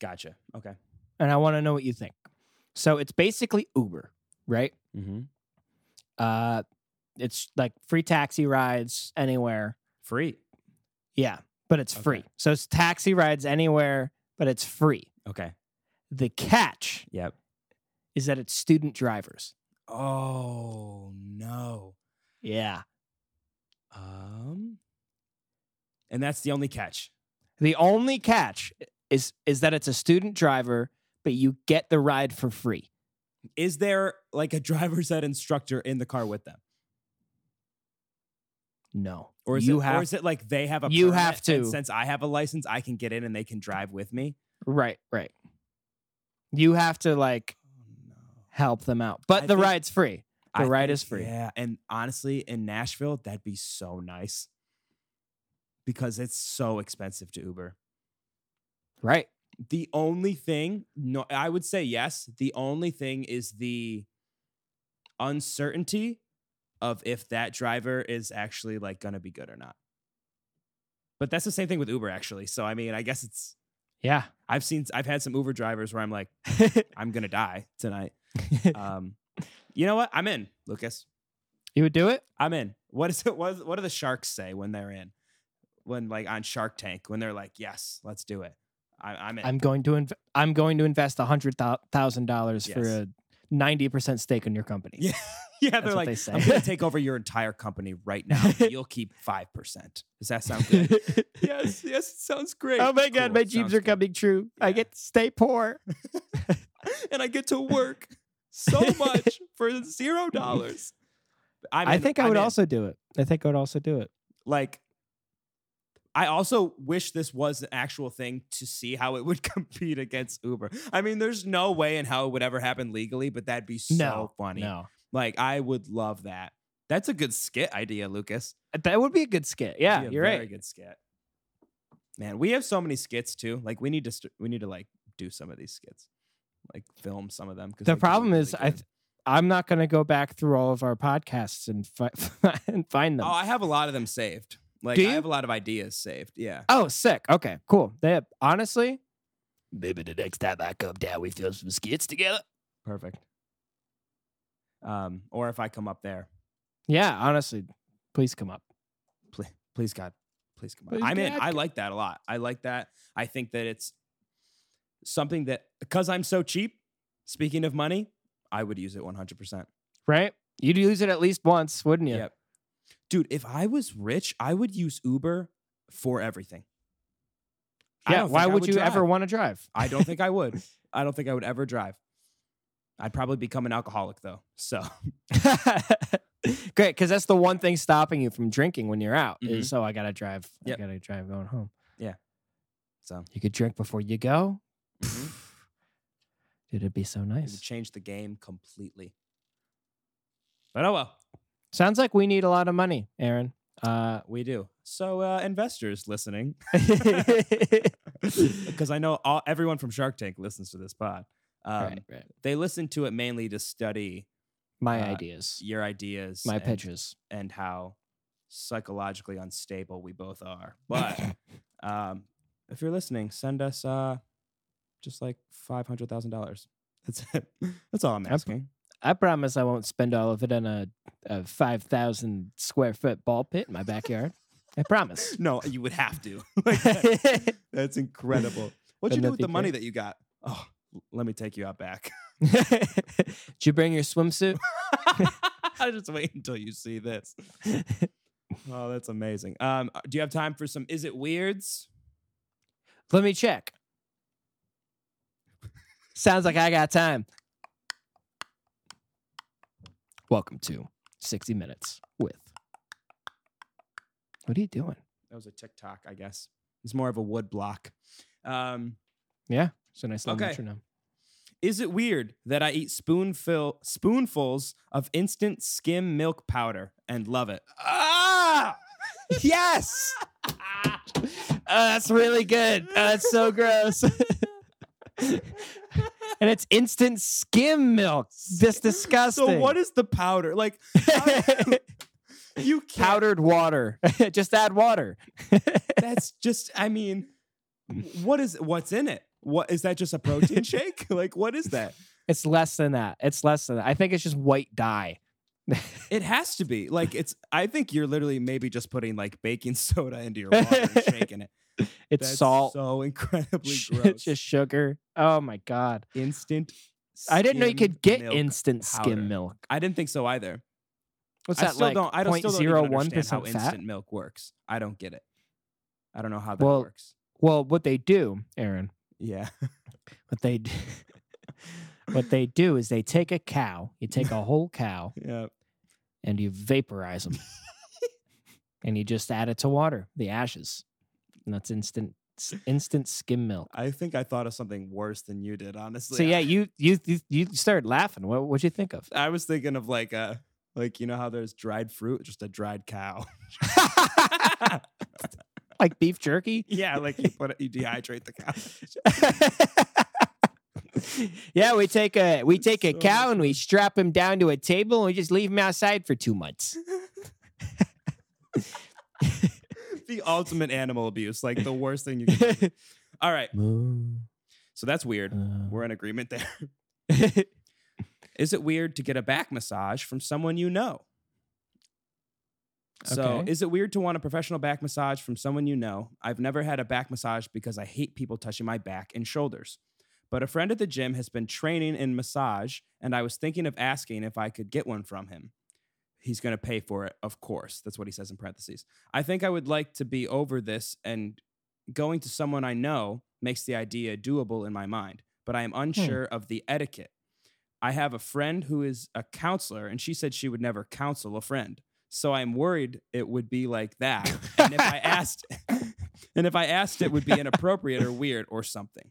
Gotcha. Okay. And I want to know what you think. So it's basically Uber, right? Mm-hmm. Uh, it's like free taxi rides anywhere. Free. Yeah, but it's Okay. free. So it's taxi rides anywhere, but it's free. Okay. The catch Yep. is that it's student drivers. Oh no. Yeah. Um, and that's the only catch. The only catch is is that it's a student driver, but you get the ride for free. Is there like a driver's ed instructor in the car with them, No. or is you it, have or is it like they have a you permit, have and to. since I have a license, I can get in and they can drive with me. right, right. You have to like Oh no. help them out. But I the think- ride's free. The ride is free. Yeah, and honestly, in Nashville, that'd be so nice because it's so expensive to Uber. Right. The only thing, no, I would say yes. The only thing is the uncertainty of if that driver is actually like going to be good or not. But that's the same thing with Uber, actually. So I mean, I guess it's Yeah. I've seen I've had some Uber drivers where I'm like, I'm gonna die tonight. Um, you know what? I'm in, Lucas. you would do it? I'm in. What is it? What, is, what do the sharks say when they're in? When like on Shark Tank, when they're like, yes, let's do it. I, I'm in. I'm going to inv- I'm going to invest $100,000 for Yes. a 90% stake in your company. Yeah. Yeah, That's they're what like, they say. I'm going to take over your entire company right now. and You'll keep 5%. Does that sound good? yes, yes, it sounds great. oh my god, Cool, my dreams sounds are good. coming true. I Yeah. get to stay poor. And I get to work so much for zero dollars. I'm I in, think I I'm would in. also do it. I think I would also do it. like, I also wish this was an actual thing to see how it would compete against Uber. I mean, there's no way in how it would ever happen legally, but that'd be so No, funny. No. Like, I would love that. That's a good skit idea, Lucas. That would be a good skit. Yeah, be a you're very right. Good skit. Man, we have so many skits too. Like we need to st- we need to like do some of these skits, like film some of them. 'cause The they'd be problem really is I good. th- I'm not going to go back through all of our podcasts and, fi- and find them. oh, I have a lot of them saved. Like Do I you? have a lot of ideas saved. Yeah. oh, sick. Okay, cool. They honestly, maybe the next time I come down, we film some skits together. Perfect. Um, or if I come up there, Yeah, honestly, please come up. please, please God, please come up. Please I'm in. God. I like that a lot. I like that. I think that it's something that because I'm so cheap, Speaking of money, I would use it 100%. right? You'd use it at least once, wouldn't you? Yep. Dude, if I was rich, I would use Uber for everything. I Yeah. don't Why think I would, you drive. ever want to drive? I don't think I would. I don't think I would ever drive. I'd probably become an alcoholic though. So Great, because that's the one thing stopping you from drinking when you're out. Mhm. Is oh, I gotta drive. Yep. I gotta drive going home. so You could drink before you go. mhm. Dude, Mm-hmm. it'd be so it would nice. change the game completely. But oh well, Sounds like we need a lot of money, Aaron. Uh, um, we do. So uh, investors listening, right, because I know all, everyone from Shark Tank listens to this pod. Um, right. They listen to it mainly to study My uh, ideas, your ideas, my and- pitches. and how psychologically unstable we both are. But um, if you're listening, send us uh, just like five hundred thousand dollars. That's it. That's all I'm Yep. asking. I promise I won't spend all of it on a, a five thousand square foot ball pit in my backyard. I promise. No, you would have to. Like, that- that's incredible. What'd you do Wouldn't that with be the money great? that you got? Oh, l- let me take you out back. Did you bring your swimsuit? I just wait until you see this. Oh, that's amazing. Um, uh, do you have time for some? Is it weirds? Let me check. Sounds like I got time. Welcome to 60 Minutes with. What are you doing? That was a TikTok, I guess. It's more of a wood block. Um, Yeah, it's a nice little Okay. metronome. Is it weird that I eat spoonful spoonfuls of instant skim milk powder and love it? Ah! Yes! oh, that's really good. Oh, that's so gross. and it's instant skim milk. That's disgusting. So what is the powder? Like how- you can't, powdered water? Just add water. That's just I mean what is what's in it? What is that just a protein shake? Like what is that? It's less than that. It's less than that. I think it's just white dye. It has to be. Like it's I think you're literally maybe just putting like baking soda into your water and shaking it. It's That's salt. So incredibly sh- gross. It's just sugar. Oh my god! instant I didn't know you could skimmed get milk instant powder. skim milk. I didn't think so either. What's I that still like? don't. I don't, still don't even 0.01% understand how fat? instant milk works. I don't get it. I don't know how that Well- works. Well, what they do, Aaron, Yeah. what they d- what they do is they take a cow. You take a whole cow Yeah. and you vaporize them, and you just add it to water, the ashes, and that's instant s- instant skim milk. I think I thought of something worse than you did, honestly. So yeah, you you you, you started laughing. What what'd you think of? I was thinking of like a like you know how there's dried fruit, just a dried cow. like beef jerky? yeah, like you put it, you dehydrate the cow. yeah, we take a we take a So cow and we strap him down to a table and we just leave him outside for two months. the ultimate animal abuse, like the worst thing you can. do. All right, so that's weird. We're in agreement there. Is it weird to get a back massage from someone you know? So, Okay. is it weird to want a professional back massage from someone you know? I've never had a back massage because I hate people touching my back and shoulders. But a friend at the gym has been training in massage, and I was thinking of asking if I could get one from him. He's going to pay for it, of course. That's what he says in parentheses. I think I would like to be over this, and going to someone I know makes the idea doable in my mind, but I am Hmm. unsure of the etiquette. I have a friend who is a counselor, and she said she would never counsel a friend. So I'm worried it would be like that. and if I asked, and if I asked, it would be inappropriate or weird or something.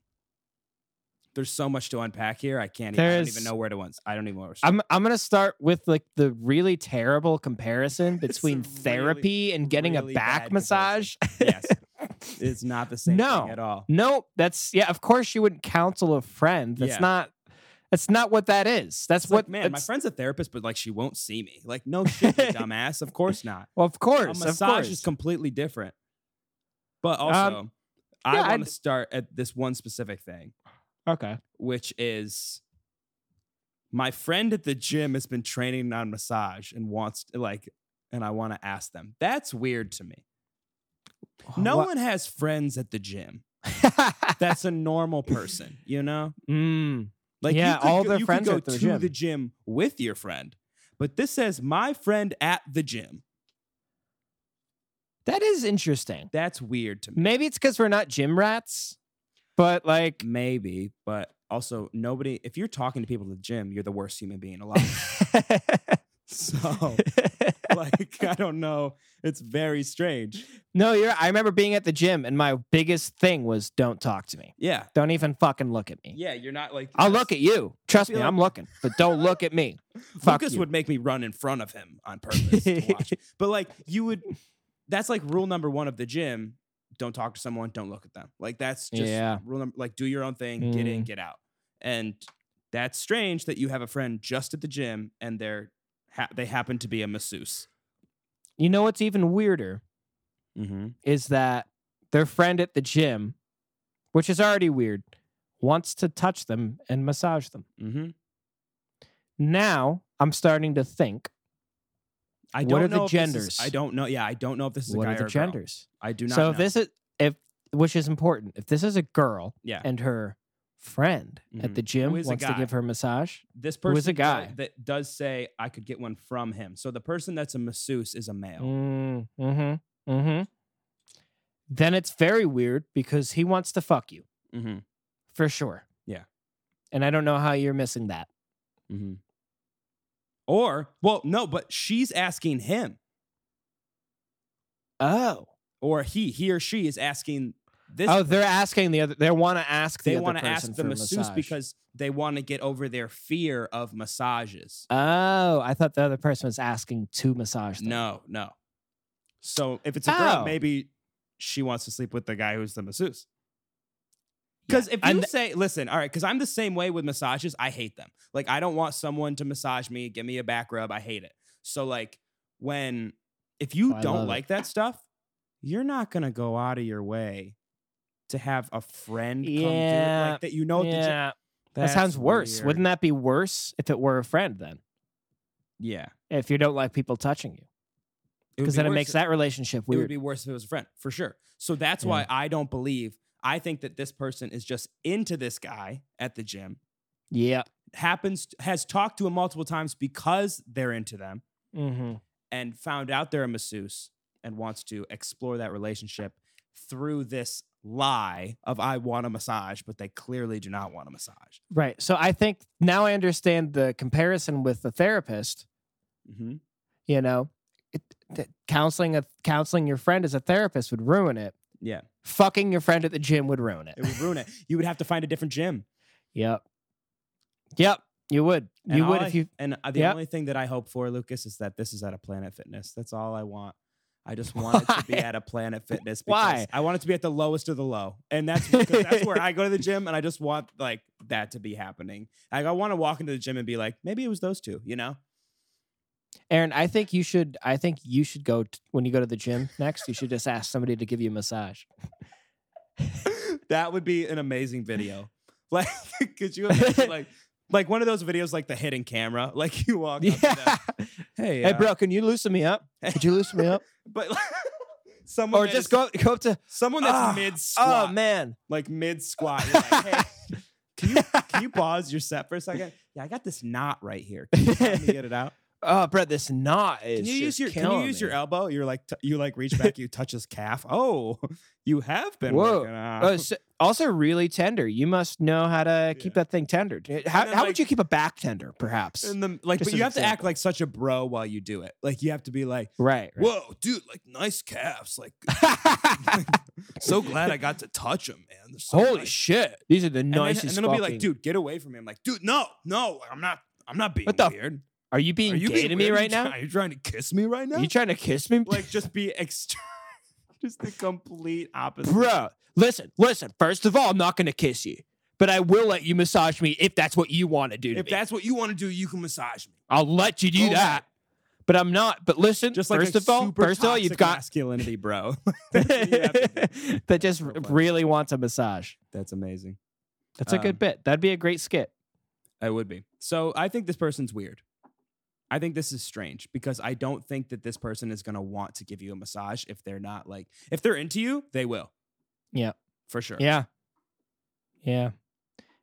There's so much to unpack here. I can't. Even, I don't There's- even know where to once. I don't even know. Where to start. I'm I'm gonna start with like the really terrible comparison It's between a really, therapy and getting really a bad back comparison. massage. yes, it's not the same No. thing at all. Nope, that's yeah. Of course, you wouldn't counsel a friend. That's Yeah. not. That's not what that is. That's It's what like, man, my that's- friend's a therapist, but like she won't see me. Like, no shit, you dumbass. Of course not. Well, of A course, of massage course. Um, is completely different. But also, I yeah, I'd- want to start at this one specific thing, okay. which is my friend at the gym has been training on massage and wants like, and I want to ask them. That's weird to me. Oh, No one has friends at the gym. one. That's a normal person, you know? Mm, Like you Yeah, could all go- their you could friends are go at the to the gym with your friend, but this says my friend at the gym. That is interesting. That's weird to me. Maybe it's because we're not gym rats, but like, Maybe, but also nobody. If you're talking to people at the gym, you're the worst human being alive. so, oh. like, I don't know. It's very strange. no, you're. I remember being at the gym, and my biggest thing was, "Don't talk to me. Yeah, Don't even fucking look at me. yeah. You're not like. I'll this. look at you. Trust be me, like- I'm looking, but don't look at me. Fuck Lucas you. would make me run in front of him on purpose. to watch. But like you would, that's like rule number one of the gym: don't talk to someone, don't look at them. Like that's just Yeah. rule number. Like do your own thing, get in, Mm. get out. And that's strange that you have a friend just at the gym and they're ha- they happen to be a masseuse. You know what's even weirder Mm-hmm. is that their friend at the gym, which is already weird, wants to touch them and massage them. Mm-hmm. Now I'm starting to think, I What don't are the know if this is- genders? I don't know. Yeah, I don't know if this is what a guy are the or a girl. genders? I do not. So know. if this is if which is important, if this is a girl Yeah. and her friend Mhm. at the gym Who is a wants to guy. give her a massage, this who person is a do- guy. that does say I could get one from him. So the person that's a masseuse is a male. Mm, mm-hmm. Mm-hmm. Then it's very weird because he wants to fuck you Mm-hmm. for sure. Yeah. And I don't know how you're missing that. Mm-hmm. Or well, no, but she's asking him, Oh. or he, he or she is asking this. Oh, person. they're asking the other. They want to ask. The they want want to to ask the masseuse massage. because they want to get over their fear of massages. Oh, I thought the other person was asking to massage. Them. No, no. So if it's a girl, Oh. maybe she wants to sleep with the guy who's the masseuse. Because if you and- say, listen, all right, because I'm the same way with massages. I hate them. Like I don't want someone to massage me, give me a back rub. I hate it. So like when if you Oh, I love don't it. like that stuff, you're not gonna go out of your way to have a friend come do it, Yeah. like that. You know, at the gym. yeah, that sounds worse. Wouldn't that be worse if it were a friend then? Yeah, If you don't like people touching you, would because be then it worse makes if- that relationship It would weird. be worse if it was a friend, for sure. So that's Yeah. why I don't believe. I think that this person is just into this guy at the gym. yeah. Happens has talked to him multiple times because they're into them Mm-hmm. and found out they're a masseuse and wants to explore that relationship through this lie of I want a massage, but they clearly do not want a massage. Right. So I think now I understand the comparison with the therapist. Mm-hmm. You know, it, that counseling a counseling your friend as a therapist would ruin it. Yeah. Fucking your friend at the gym would ruin it. It would ruin it. You would have to find a different gym. Yep. Yep. You would. And you all would I- if you. And uh, the Yep. only thing that I hope for, Lucas, is that this is at a Planet Fitness. That's all I want. I just want it to be Why? at a Planet Fitness. because Why? I want it to be at the lowest of the low, and that's because that's where I go to the gym, and I just want like that to be happening. Like I want to walk into the gym and be like, maybe it was those two, you know? Aaron, I think you should. I think you should go t- when you go to the gym next. You should just ask somebody to give you a massage. that would be an amazing video. Like, could you imagine like like one of those videos like the hidden camera? Like you walk up to them, Yeah. hey, Hey, uh, bro, can you loosen me up? Could you loosen me up? but like, someone or that is- just go go up to. someone that's Ah, mid squat. Oh man. like mid squat. You're like, hey, can you can you pause your set for a second? Yeah, I got this knot right here. Can you help me get it out? Oh, bro, this knot is. Can you use just your Can you killing use me. your elbow? You're like t- you like reach back. You touch his calf. Oh, you have been Whoa. working out. Oh, so, also really tender. You must know how to keep Yeah. that thing tender. D- How, then, how like- would you keep a back tender, perhaps? And the, like, Just but you an have to act example. like such a bro while you do it. Like you have to be like, right. right. whoa, dude, like nice calves. Like so glad I got to touch them, man. They're so Holy nice." shit! These are the And then, and nicest. then it'll be like, fucking- dude, get away from me. I'm like, dude, no, no, I'm not, I'm not being What the- weird. are you being Are you gay being to me weird? Are you right now? try- Are you trying to kiss me right now? Are you trying to kiss me, like, just be extreme. just the complete opposite. bro? Listen, listen. First of all, I'm not gonna kiss you, but I will let you massage me if that's what you want to do. To If me. that's what you want to do, you can massage me. I'll let you do Oh, that. But I'm not. But listen, Just like first a of all, super first of all, you've toxic got masculinity, bro. That's what you have to do. that just So funny. really wants a massage. That's amazing. That's a Um, good bit. That'd be a great skit. I would be. So I think this person's weird. I think this is strange because I don't think that this person is going to want to give you a massage if they're not like if they're into you, they will. Yeah. for sure. Yeah. Yeah.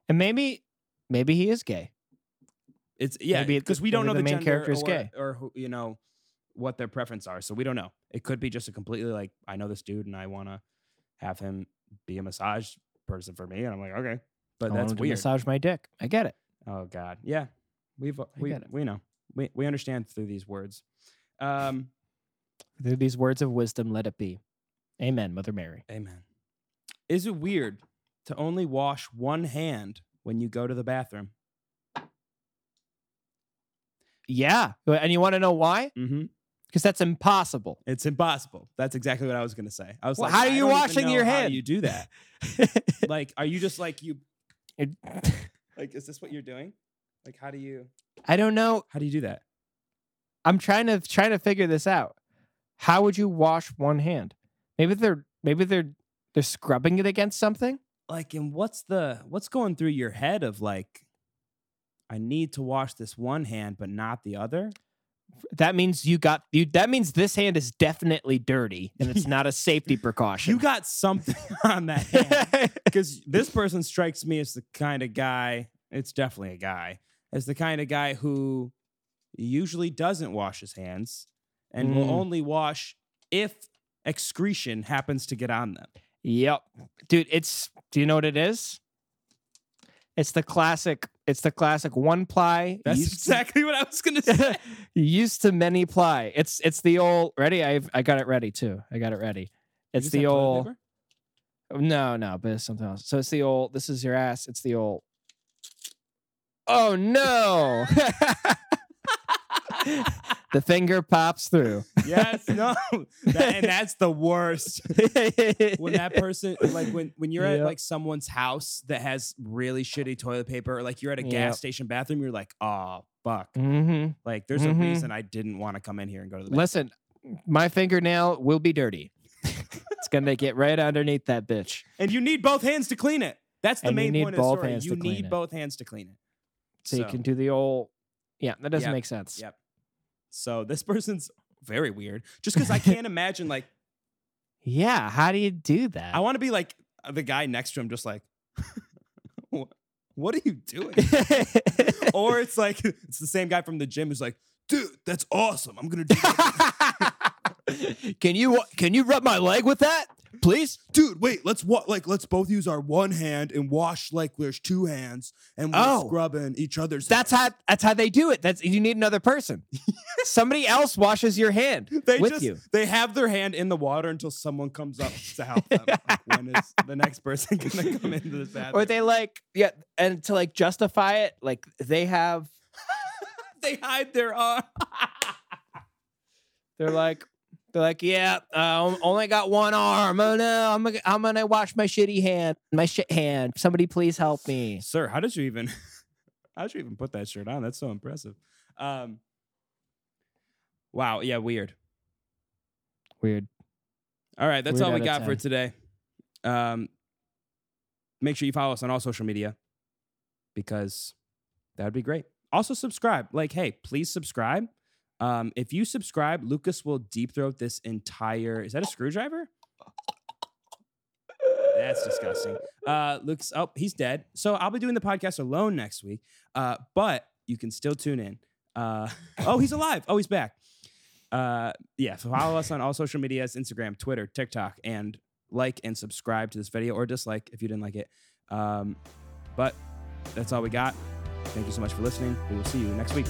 And maybe Maybe he is gay. It's yeah, Maybe it- because we don't maybe know the the, main gender character is or, gay. or who, you know what their preference are, so we don't know. It could be just a completely like I know this dude and I want to have him be a massage person for me, and I'm like okay, but I want that's him to weird. Massage my dick. I get it. Oh God, yeah, we've we get it. we know we we understand through these words. Um, Through these words of wisdom, let it be. Amen, Mother Mary. amen. Is it weird to only wash one hand when you go to the bathroom? Yeah. And you want to know why? Mm-hmm. Because that's impossible. It's impossible. That's exactly what I was gonna say. I was Well, like, how are I you don't even washing your know how hand? You do that. like, are you just like you? It- Like, is this what you're doing? Like, how do you? I don't know. How do you do that? I'm trying to trying to figure this out. How would you wash one hand? Maybe they're maybe they're they're scrubbing it against something. Like, and what's the what's going through your head of like, I need to wash this one hand but not the other? That means you got you. That means this hand is definitely dirty, and it's not a safety precaution. You got something on that hand because this person strikes me as the kind of guy. It's definitely a guy. As the kind of guy who usually doesn't wash his hands and will Mm. only wash if excretion happens to get on them. Yep. Dude, it's do you know what it is? It's the classic, it's the classic one ply. That's used to- exactly what I was gonna say. used to many ply. It's it's the old ready. I've I got it ready too. I got it ready. It's the old no, no, but it's something else. So it's the old this is your ass. It's the old Oh no. the finger pops through. yes, no, That- and that's the worst. when that person like when when you're Yep. at like someone's house that has really shitty toilet paper or like you're at a Yep. gas station bathroom you're like oh fuck hmm like there's Mhm. a reason i didn't want to come in here and go to the bathroom. Listen, my fingernail will be dirty. it's gonna get right underneath that bitch. and you need both hands to clean it that's the And you main need point of the both story hands you to clean need it. both hands to clean it So, you can do the old. Yeah, that doesn't Yep, make sense. yep. so this person's very weird just because i can't imagine like Yeah, how do you do that? i want to be like the guy next to him just like "Wha- what are you doing or it's like it's the same guy from the gym who's like dude that's awesome i'm gonna do that can you can you rub my leg with that, please? dude, wait, let's wa- like let's both use our one hand and wash like there's two hands and we're Oh. scrubbing each other's. That's how that's how they do it. That's you need another person. Somebody else washes your hand they with just you. they have their hand in the water until someone comes up to help them. Like, when is the next person gonna come into this bathroom? Or they like yeah, and to like justify it, like they have they hide their arm. They're like, they're like, yeah, uh, only got one arm. Oh no, I'm gonna, I'm gonna wash my shitty hand, my shit hand. Somebody please help me. Sir, how did you even? How did you even put that shirt on? That's so impressive. Um, wow, yeah, weird. Weird. All right, that's Weird all we out of got for 10. today. Um, make sure you follow us on all social media because that would be great. Also, subscribe. Like, hey, please subscribe. Um, if you subscribe, Lucas will deep throat this entire. Is that a screwdriver? That's disgusting. Uh, Lucas, oh, he's dead. So I'll be doing the podcast alone next week. Uh, but you can still tune in. Uh, oh, he's alive. Oh, he's back. Uh, yeah, so follow us on all social medias Instagram, Twitter, TikTok, and like and subscribe to this video or dislike if you didn't like it. Um, but that's all we got. Thank you so much for listening. We will see you next week.